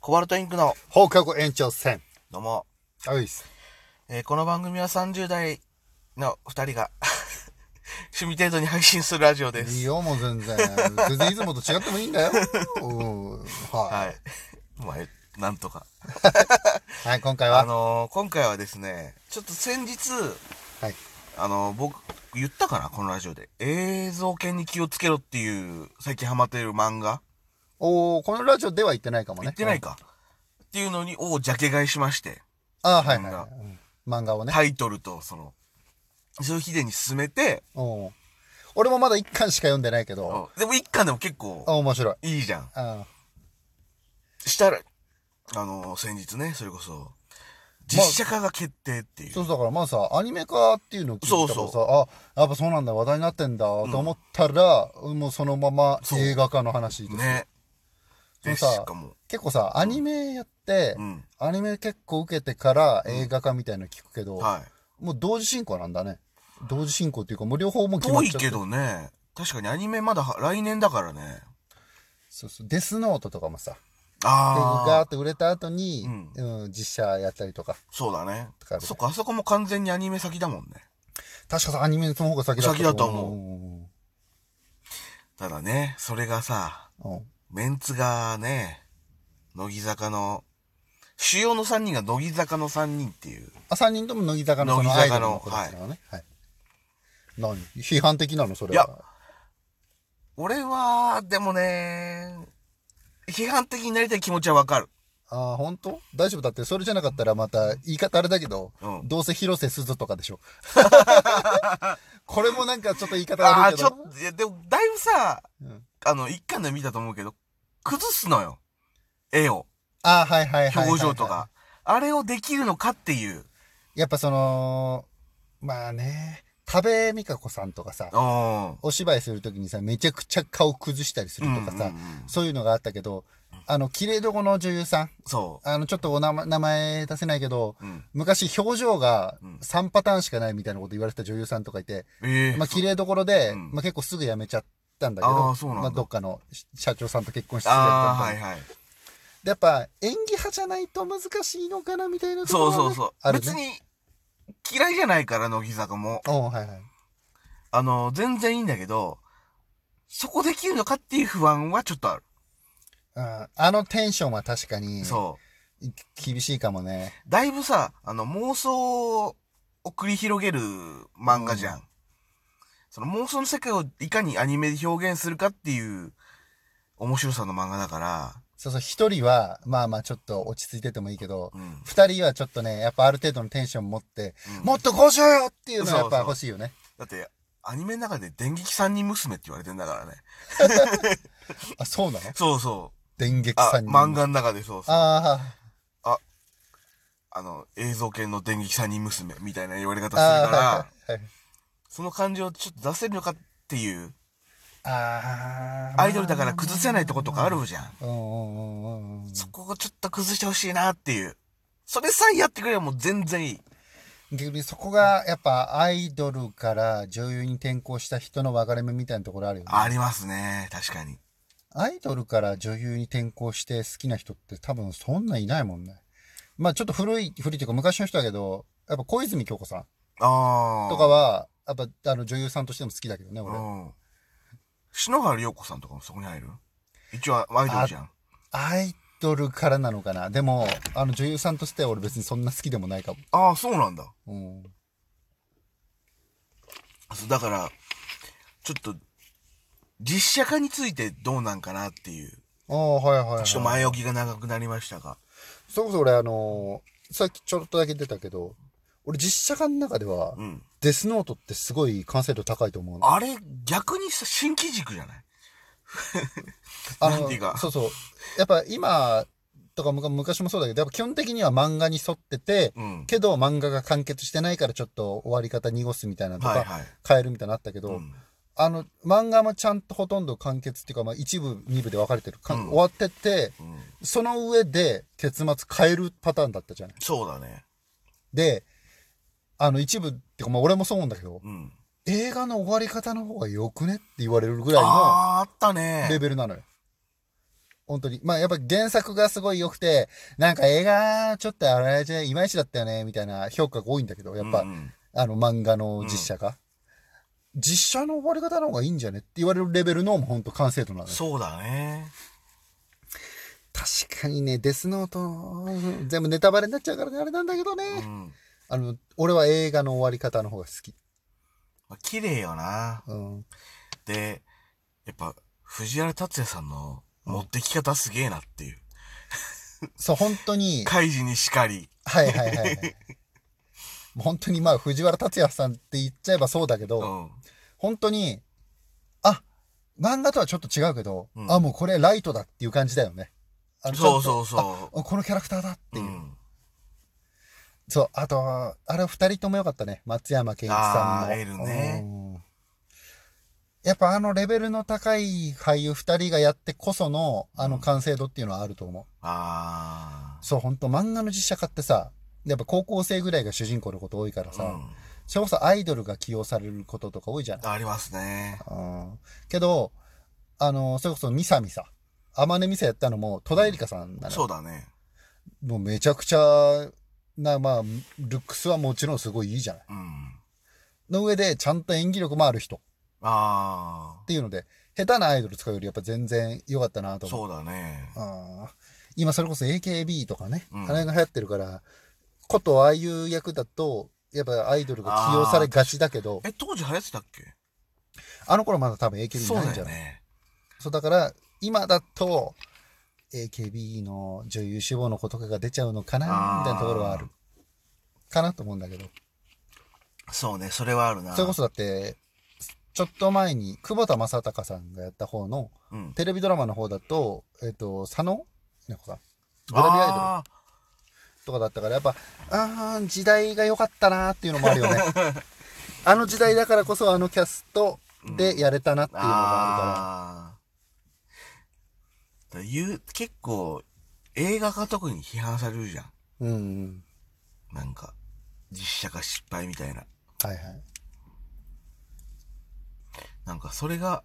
コバルトインクの、放課後延長戦。どうも、あいっす。えーこの番組は30代の2人が、 趣味程度に配信するラジオでいいす。よ、もう全然。全然いつもと違ってもいい んだよ。うんははい。 まあ、なんとか。い。はい、今回あは。のー今回はですね、ちょっと先日、はい。あのー僕、言ったかなこのラジオで。映像系に気をつけろっていう、最近ハマってる漫画おー、このラジオでは言ってないかもね。言ってないか。っていうのに、おジャケ買いしまして、うん。あーはい漫はい画はい。うん漫画をね。タイトルと、その、そういう秀に進めて、おー俺もまだ一巻しか読んでないけど、でも一巻でも結構あ、、面白い。いいじゃん。あしたら、あの先日ね、それこそ、実写化が決定っていう。そうだからまあさ、アニメ化っていうのを聞いたからそうそさ、あ、やっぱそうなんだ、話題になってんだ、と思ったら、もうそのままそう映画化の話ですよね。そで、うしさかも、結構さ、アニメやって、うん。アニメ結構受けてから映画化みたいなの聞くけど、はい。もう同時進行なんだね。同時進行っていうか、もう両方もう決まっ遠ちゃいけ。ってどね、確かにアニメまだは来年だからね。そうそう。デスノートとかもさ、ガーああっ、て売れた後に、ううん実写やったりとか。そうだねとかあ。るそっか、あそこも完全にアニメ先だもんね。確かさ、アニメの方が先だった先だと思う。ただね、それがさ、うんうんメンツがね、乃木坂の、主要の3人が乃木坂の3人っていう。あ、3人とも乃木坂のそのア乃木イド坂ルのの子たちなのね。はい。何批判的なのそれいは。俺は、でもね、批判的になりたい気持ちはわかる。ああ、本当？大丈夫だって、それじゃなかったらまた言い方あれだけど、うんどうせ広瀬すずとか でしょ。これもなんかちょっと言い方あ悪あいー、けちどょな。っと、いや、でも、だいぶさ、うんあの、一巻で見たと思うけど、崩すのよ。絵を、ああ、はいはいはいはいはい。表情とか。あれをできるのかっていう。やっぱその、まあね、多部未華子さんとかさう、ん。お芝居するときにさ、めちゃくちゃ顔崩したりするとかさ、うんうんうんそういうのがあったけど、あの、綺麗どこの女優さん、そあの、ちょっとお名前名前出せないけど、う。うん。昔表情がうん3パターンしかないみたいなこと言われてた女優さんとかいて、ええまあ綺麗どころで、うんまあ結構すぐ辞めちゃったんだけあどーそう、なんだまあどっかの社長さんと結婚してすぐやったあんあ、だはけいどはい。で、やっぱ演技派じゃないと難しいのかなみたいなところそうはねそうそう。あるね。別に、嫌いじゃないから、乃木坂も。おうはいはい。あの、全然いいんだけど、そこできるのかっていう不安はちょっとある。うんあのテンションは確かに、そう。厳しいかもね。だいぶさ、あの、妄想を繰り広げる漫画じゃん。その妄想の世界をいかにアニメで表現するかっていう面白さの漫画だから、そうそう、一人は、まあまあちょっと落ち着いててもいいけど、うん。二人はちょっとね、やっぱある程度のテンション持って、うんもっとこうしようよっていうのはやそうっぱそう欲しいよね。だって、アニメの中で電撃三人娘って言われてんだからね。あ、そうなのそうそう。電撃あさ、んに。漫。画の中でそうそう。ああの、映像系の電撃三人娘みたいな言われ方すあ、るからあ、あ、はいはいはい。その感情をちょっと出せるのかっていう、ああ。アイドルだから崩せないとことかあるじゃん。うんうんうんうんうん。そこをちょっと崩してほしいなっていう。それさえやってくれればもう全然いい。逆にそこが、やっぱアイドルから女優に転向した人の分かれ目みたいなところあるよね。ありますね。確かに。アイドルから女優に転向して好きな人って多分そんないないもんね。まあちょっと古い、古いというか昔の人だけど、やっぱ小泉京子さんああ。とかは、やっぱあの女優さんとしても好きだけどね、う俺。ん。篠原涼子さんとかもそこに入る一応アイドルじゃん。アイドルからなのかな。でも、あの女優さんとしては俺別にそんな好きでもないかも。ああ、そうなんだ。うん。そうだから、ちょっと、実写化についてどうなんかなっていう。ああ、はいはい、はい。ちょっと前置きが長くなりましたが。それこそ俺あのーさっきちょっとだけ出たけど、俺実写化の中では、うん。デスノートってすごい完成度高いと思うの。あれ、逆にさ、新機軸じゃないあなんていうかそうそう。やっぱ今とかむか昔もそうだけど、やっぱ基本的には漫画に沿ってて、うん。けど漫画が完結してないからちょっと終わり方濁すみたいなのとか、はいはい。変えるみたいなのあったけど、うん。あの、漫画もちゃんとほとんど完結っていうか、まあ一部、二部で分かれてる。かうん終わってて、うんその上で結末変えるパターンだったじゃない。そうだね。で、あの一部っていうか、まあ俺もそう思うんだけど、うん。映画の終わり方の方が良くねって言われるぐらいのああー、あったね。レベルなのよ。本当に。まあやっぱ原作がすごい良くて、なんか映画、ちょっとあれじゃいまいちだったよね、みたいな評価が多いんだけど、やっぱ、うんうんあの漫画の実写が。実写の終わり方の方がいいんじゃねって言われるレベルの、本当完成度なのよ。そうだね。確かにね、デスノート、全部ネタバレになっちゃうからね、あれなんだけどね。うん。あの、俺は映画の終わり方の方が好き。まあ綺麗よな。うん。で、やっぱ、藤原達也さんの持ってき方すげえなっていう。そう、本当に、カイジにしかり。はいはいはいはい。 もう本当にまあ、藤原達也さんって言っちゃえばそうだけど、うん。本当に、あ、漫画とはちょっと違うけど、うんあ、もうこれライトだっていう感じだよね。あのそうちょっそうそとあこのキャラクターだってう。いうう。ん。そう、あと、あれ二人ともよかったね。松山ケンイチさんあの。ーエルねうんやっぱあのレベルの高い俳優二人がやってこその、あの完成度っていうのはあると思う。あそう、ほんと漫画の実写化ってさ、やっぱ高校生ぐらいが主人公のこと多いからあ。うさ、ん。それこそアイドルが起用されることとか多いじゃないありますね。うんけど、あの、それこそミサミサ。アマネミサやったのも戸田恵梨香さんなのよそうだね。もうめちゃくちゃな、まあ、ルックスはもちろんすごいいいじゃない。うん。の上で、ちゃんと演技力もある人っあていうので、下手なアイドル使うよりやっぱ全然良かったなとあ。思う。そうだね。うん今それこそ AKB とかね、うんあれが流行ってるから、ことああいう役だと、やっぱアイドルが起用されがちだけど、え、当時流行ってたっけあの頃まだ多分 AKB そうないんだじゃよないね。そう、だから、今だと、AKB の女優志望の子とかが出ちゃうのかあー、なみたいなところはある。かなと思うんだけど。そうね、それはあるな。それこそだって、ちょっと前に、久保田正孝さんがやった方の、うん。テレビドラマの方だと、えっ、と、佐野ねこさん。グラビアアイドルあとかだったから、やっぱ、あー、時代が良かったなーっていうのもあるよね。 あの時代だからこそ、あのキャストでやれたなってーいうのがあるかあら。ーだ言う結構、映画化特に批判されるじゃん。うん、うん。なんか、実写化失敗みたいな。はいはい。なんか、それが、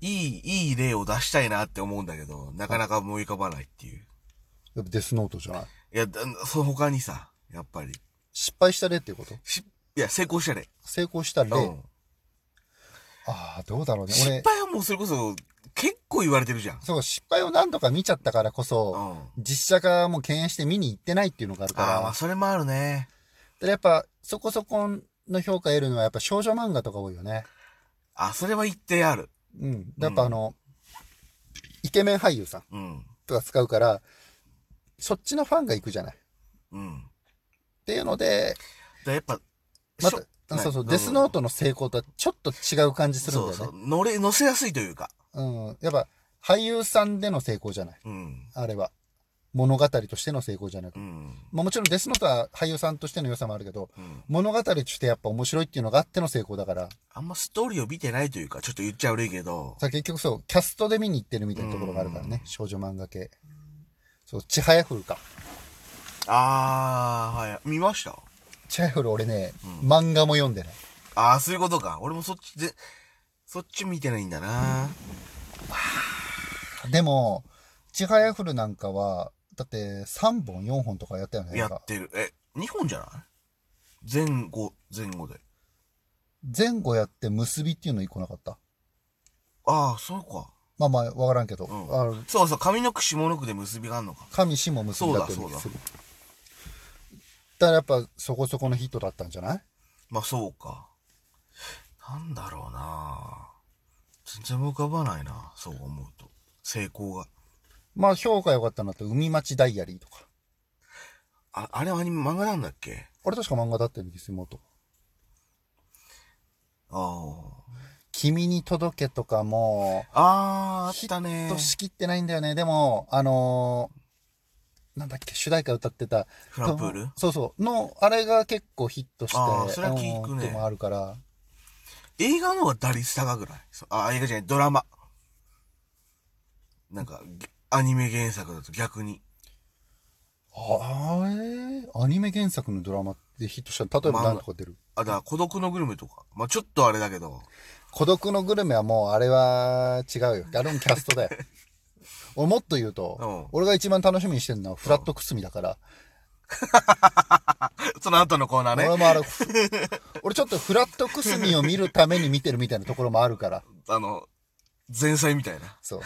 いい、いい例を出したいなって思うんだけど、なかなか思い浮かばないっていう。やっぱデスノートじゃないいや、だその他にさ、やっぱり、失敗した例っていうことし、いや、成功したね。成功した例。うん。ああ、どうだろうね。失俺、敗はもうそれこそ、結構言われてるじゃん。そう、失敗を何度か見ちゃったからこうん。そ、あ実写化も敬遠して見に行ってないっていうのがあるかあー、まあ、らそれもあるね。。でやっぱ、そこそこの評価得るのはやっぱ少女漫画とか多いよね。あ、それは一定ある。うん。やっぱあの、イケメン俳優さんうん。とか使うから、そっちのファンが行くじゃない。っうん。ていうので、だやっぱ、ましょた、そうそう、ねデスノートの成功とはちょっと違う感じするんだよね。そうそう。乗れ、乗せやすいというか。うん。やっぱ、俳優さんでの成功じゃない。うん。あれは。物語としての成功じゃなくう。ん。まあ、もちろんデスノートは俳優さんとしての良さもあるけど、うん。物語としてやっぱ面白いっていうのがあっての成功だから、あんまストーリーを見てないというか、ちょっと言っちゃ悪いけど。さ結局そう、キャストで見に行ってるみたいなところがあるからね、う少女漫画系。そう、ちはやふるか。あー、はい。見ましたちはやふる俺ね、漫画も読んでない。あー、そういうことか。俺もそっちで、そっち見てないんだな。でも、ちはやふるなんかは、だって3本4本とかやったよね。やなんかってる。え、2本じゃない前後、前後で。前後やって結びっていうの一個なかった。あー、そうか。まあまあ、わからんけど。うんあそうそう、上の句、下の句で結びがあるのか。神死も結びだったりすそうる。だだそうからやっぱそこそこのヒットだったんじゃないまあ、そうか。なんだろうな全然浮かばないな。そう思うと。成功が。まあ評価良かったなって、海町ダイアリーとか。あ、あれはアニメ漫画なんだっけあれ確か漫画だったんですよ、元。あ君に届けとかも、あ。ああ、あったねと。しきってないんだよね。でも、あのーなんだっけ、主題歌歌ってた。フランプールそうそう。の、あれが結構ヒットして、あーそれは聞くねうんでもあるから。映画の方が打率高くないそうあ、映画じゃない、ドラマ。なんか、げアニメ原作だと逆に。ああえーアニメ原作のドラマでヒットしたの例えば何とか出るあ、だから孤独のグルメとか。まあちょっとあれだけど。 孤独のグルメはもうあれは違うよ。あれもキャストだよ。俺もっと言ううんと、俺が一番楽しみにしてるのはフラットくすみだから、 その後のコーナーね。俺もあれ、ふ俺ちょっとフラットくすみを見るために見てるみたいなところもあるから、あの、前菜みたいな。そう。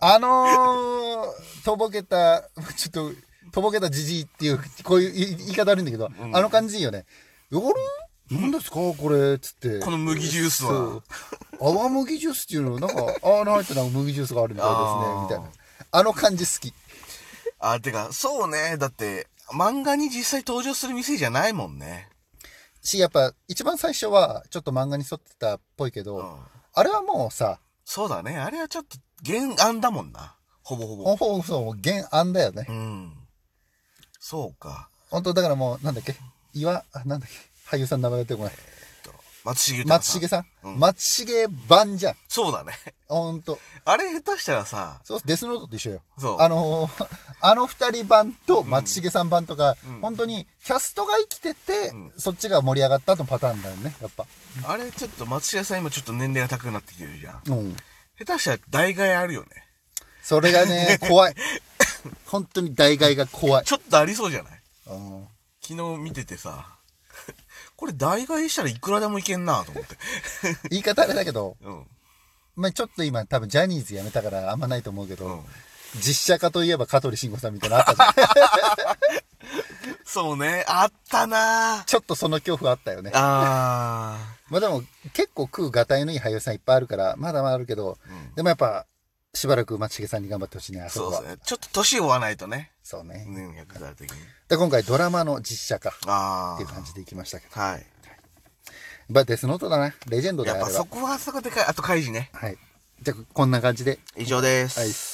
あのー、とぼけた、ちょっと、とぼけたじじいっていう、こういうい言い方悪いんだけど、あの感じいいよね。あれなんですかこれ、つって。この麦ジュースは。そう。泡麦ジュースっていうの、なんか、泡の入ってなんか麦ジュースがあるみたいあーですね、みたいな。あの感じ好き。あ、てか、そうね。だって、漫画に実際登場する店じゃないもんね。し、やっぱ、一番最初は、ちょっと漫画に沿ってたっぽいけど、うん。あれはもうさ、そうだね。あれはちょっと、原案だもんな。ほぼほぼ。ほぼそう、原案だよね。うん。そうか。本当だからもう、なんだっけ岩、あなんだっけ俳優さんの名前が出てこない。松重豊松さん重さうんん。松重版じゃん。そうだね。ほんと。あれ下手したらさ、そう、デスノートと一緒よ。そうあのー あの二人版と松重さん版とか、本当にキャストが生きてて、んそっちが盛り上がったのパターンだよね、やっぱ。あれちょっと松重さん今ちょっと年齢が高くなってきてるじゃん。うん。下手したら代替あるよね。それが ね、怖い。本当に代替が怖い。ちょっとありそうじゃないうん昨日見ててさ、 これ代替したらいくらでもいけんなと思って。言い方あれだけど、うん。まあ、ちょっと今多分ジャニーズ辞めたからあんまないと思うけど、うん実写化といえば香取慎吾さんみたいなのあったじゃんそうね。あったなちょっとその恐怖あったよね。あまあでも結構食うがたいのいい俳優さんいっぱいあるから、まだまだあるけど、でもやっぱ、しばらく松重さんに頑張ってほしいね、あー。そそこうは。ですね。ちょっと年を追わないとね。そうね。うん、役立的に。で、今回ドラマの実写化っあていう感じでいきましたけど。あ。はい。まあデスノートだな。レジェンドだやっよ、あぱれはそ。こはそこでかい。あと、カイジね。はい。じゃあ、こんな感じで。以上です。はい